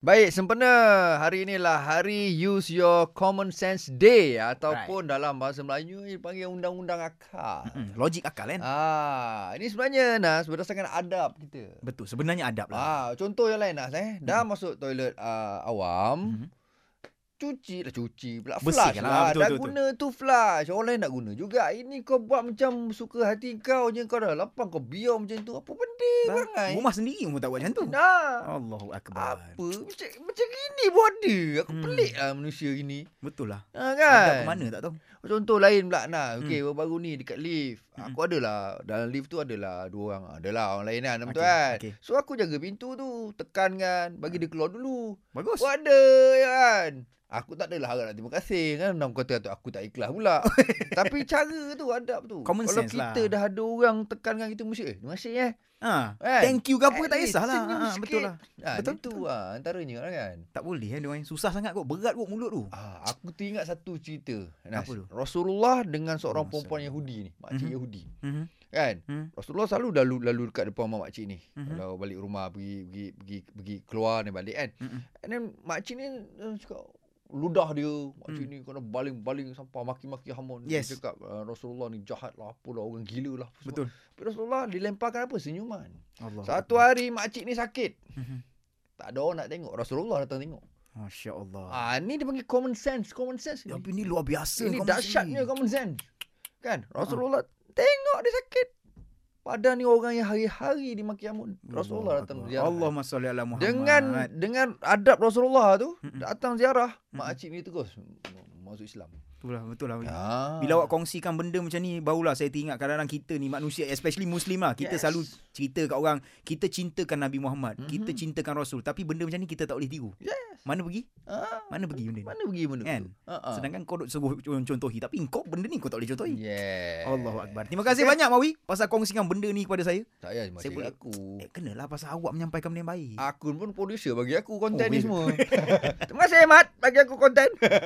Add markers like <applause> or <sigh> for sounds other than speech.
Baik, sempena hari inilah hari Use Your Common Sense Day ataupun right. dalam bahasa Melayu ini panggil undang-undang akal. Mm-mm, logik akal kan? ah, ini sebenarnya Nas berdasarkan adab kita. Betul. Hmm. Sebenarnya adab lah. Ah, contoh yang lain Nas eh. Dah masuk toilet ah, awam, Mhm. cuci lah cuci pula Bersihkan flush lah, lah. betul, dah betul, guna tu flush. Orang lain nak guna juga. Ini kau buat macam suka hati kau je kau dah lapang kau biar macam tu. Apa penting Bang, perangai? Rumah sendiri pun tak buat macam tu. Dah. Allahu akbar. Apa macam macam gini pun ada. Aku Hmm. pelik lah manusia gini. Betul lah. Ha, Adab kan? ke mana tak tahu. Contoh lain pula nah. Okey, hmm. baru ni dekat lift. Hmm. Aku adalah dalam lift tu adalah dua orang. Adalah orang lain kan, okay. Okey, kan. okey. Hmm. So aku jaga pintu tu, tekan kan, bagi dia keluar dulu. Bagus. Aku ada ya kan. Aku tak adalah harap nak terima kasih kan. Nak kata tu aku tak ikhlas <laughs> pula. Tapi cara tu adab tu. Common Kalau sense kita lah. dah ada orang tekankan kita mesti eh, terima kasih eh. Ha. Kan? Thank you ke apa At tak least kisahlah. senyum Ha, ha, sikit. betul lah. Ha, Betul, betul tu ah antaranya lah kan. Tak boleh eh dia orang. Susah sangat kot. Berat kot mulut tu. Ah, aku teringat satu cerita. Nas. Apa tu? Rasulullah dengan seorang Masa. perempuan Yahudi ni, makcik Mhm. Yahudi. Mhm. Kan? Mhm. Rasulullah selalu lalu lalu dekat depan mak makcik ni. Mhm. Kalau balik rumah pergi pergi pergi pergi keluar ni balik kan. Mhm. And then makcik ni uh, cakap ludah dia. Makcik ni kena baling-baling sampah maki-maki hamun. Hmm. Yes. Dia cakap uh, Rasulullah ni jahat lah, apalah orang gila lah. apa semua." Betul. Oh, Tapi Rasulullah dilemparkan apa? Senyuman. Allah. Satu hari makcik ni sakit. Mhm. Tak ada orang nak tengok. Rasulullah datang tengok. Masya Allah. Ah, ni dia panggil common sense, common sense. Ya, Tapi ni luar biasa. Ini kau dahsyatnya mesti. common sense. Kan? Ah. Rasulullah tengok dia sakit. Padahal ni orang yang hari-hari dimaki amun. Rasulullah datang Akbar. ziarah. Allahumma salli ala Muhammad. dengan dengan adab Rasulullah tu Mm-mm. datang ziarah, Mm-mm. mak cik ni terus masuk Islam. Betul lah. Betul lah. Ah. Bila awak kongsikan benda macam ni Barulah saya teringat Kadang-kadang kita ni manusia Especially Muslim lah Kita Yes. yes. selalu cerita kat orang Kita cintakan Nabi Muhammad Mhm. mm-hmm. Kita cintakan Rasul Tapi benda macam ni kita tak boleh tiru Yes. Mana pergi? ah, Mana pergi benda ni? mana pergi benda Kan? tu? Ha ah. Sedangkan kau duk suruh con- contohi Tapi kau benda ni kau tak boleh contohi Yeah. Allahu Akbar Terima kasih banyak Mawi Pasal kongsikan benda ni kepada saya Tak payah Saya macam pula- aku. Eh kenalah pasal awak menyampaikan benda yang baik Aku pun producer bagi aku konten Oh, ni baik. <laughs> semua. Terima kasih Mat bagi aku konten.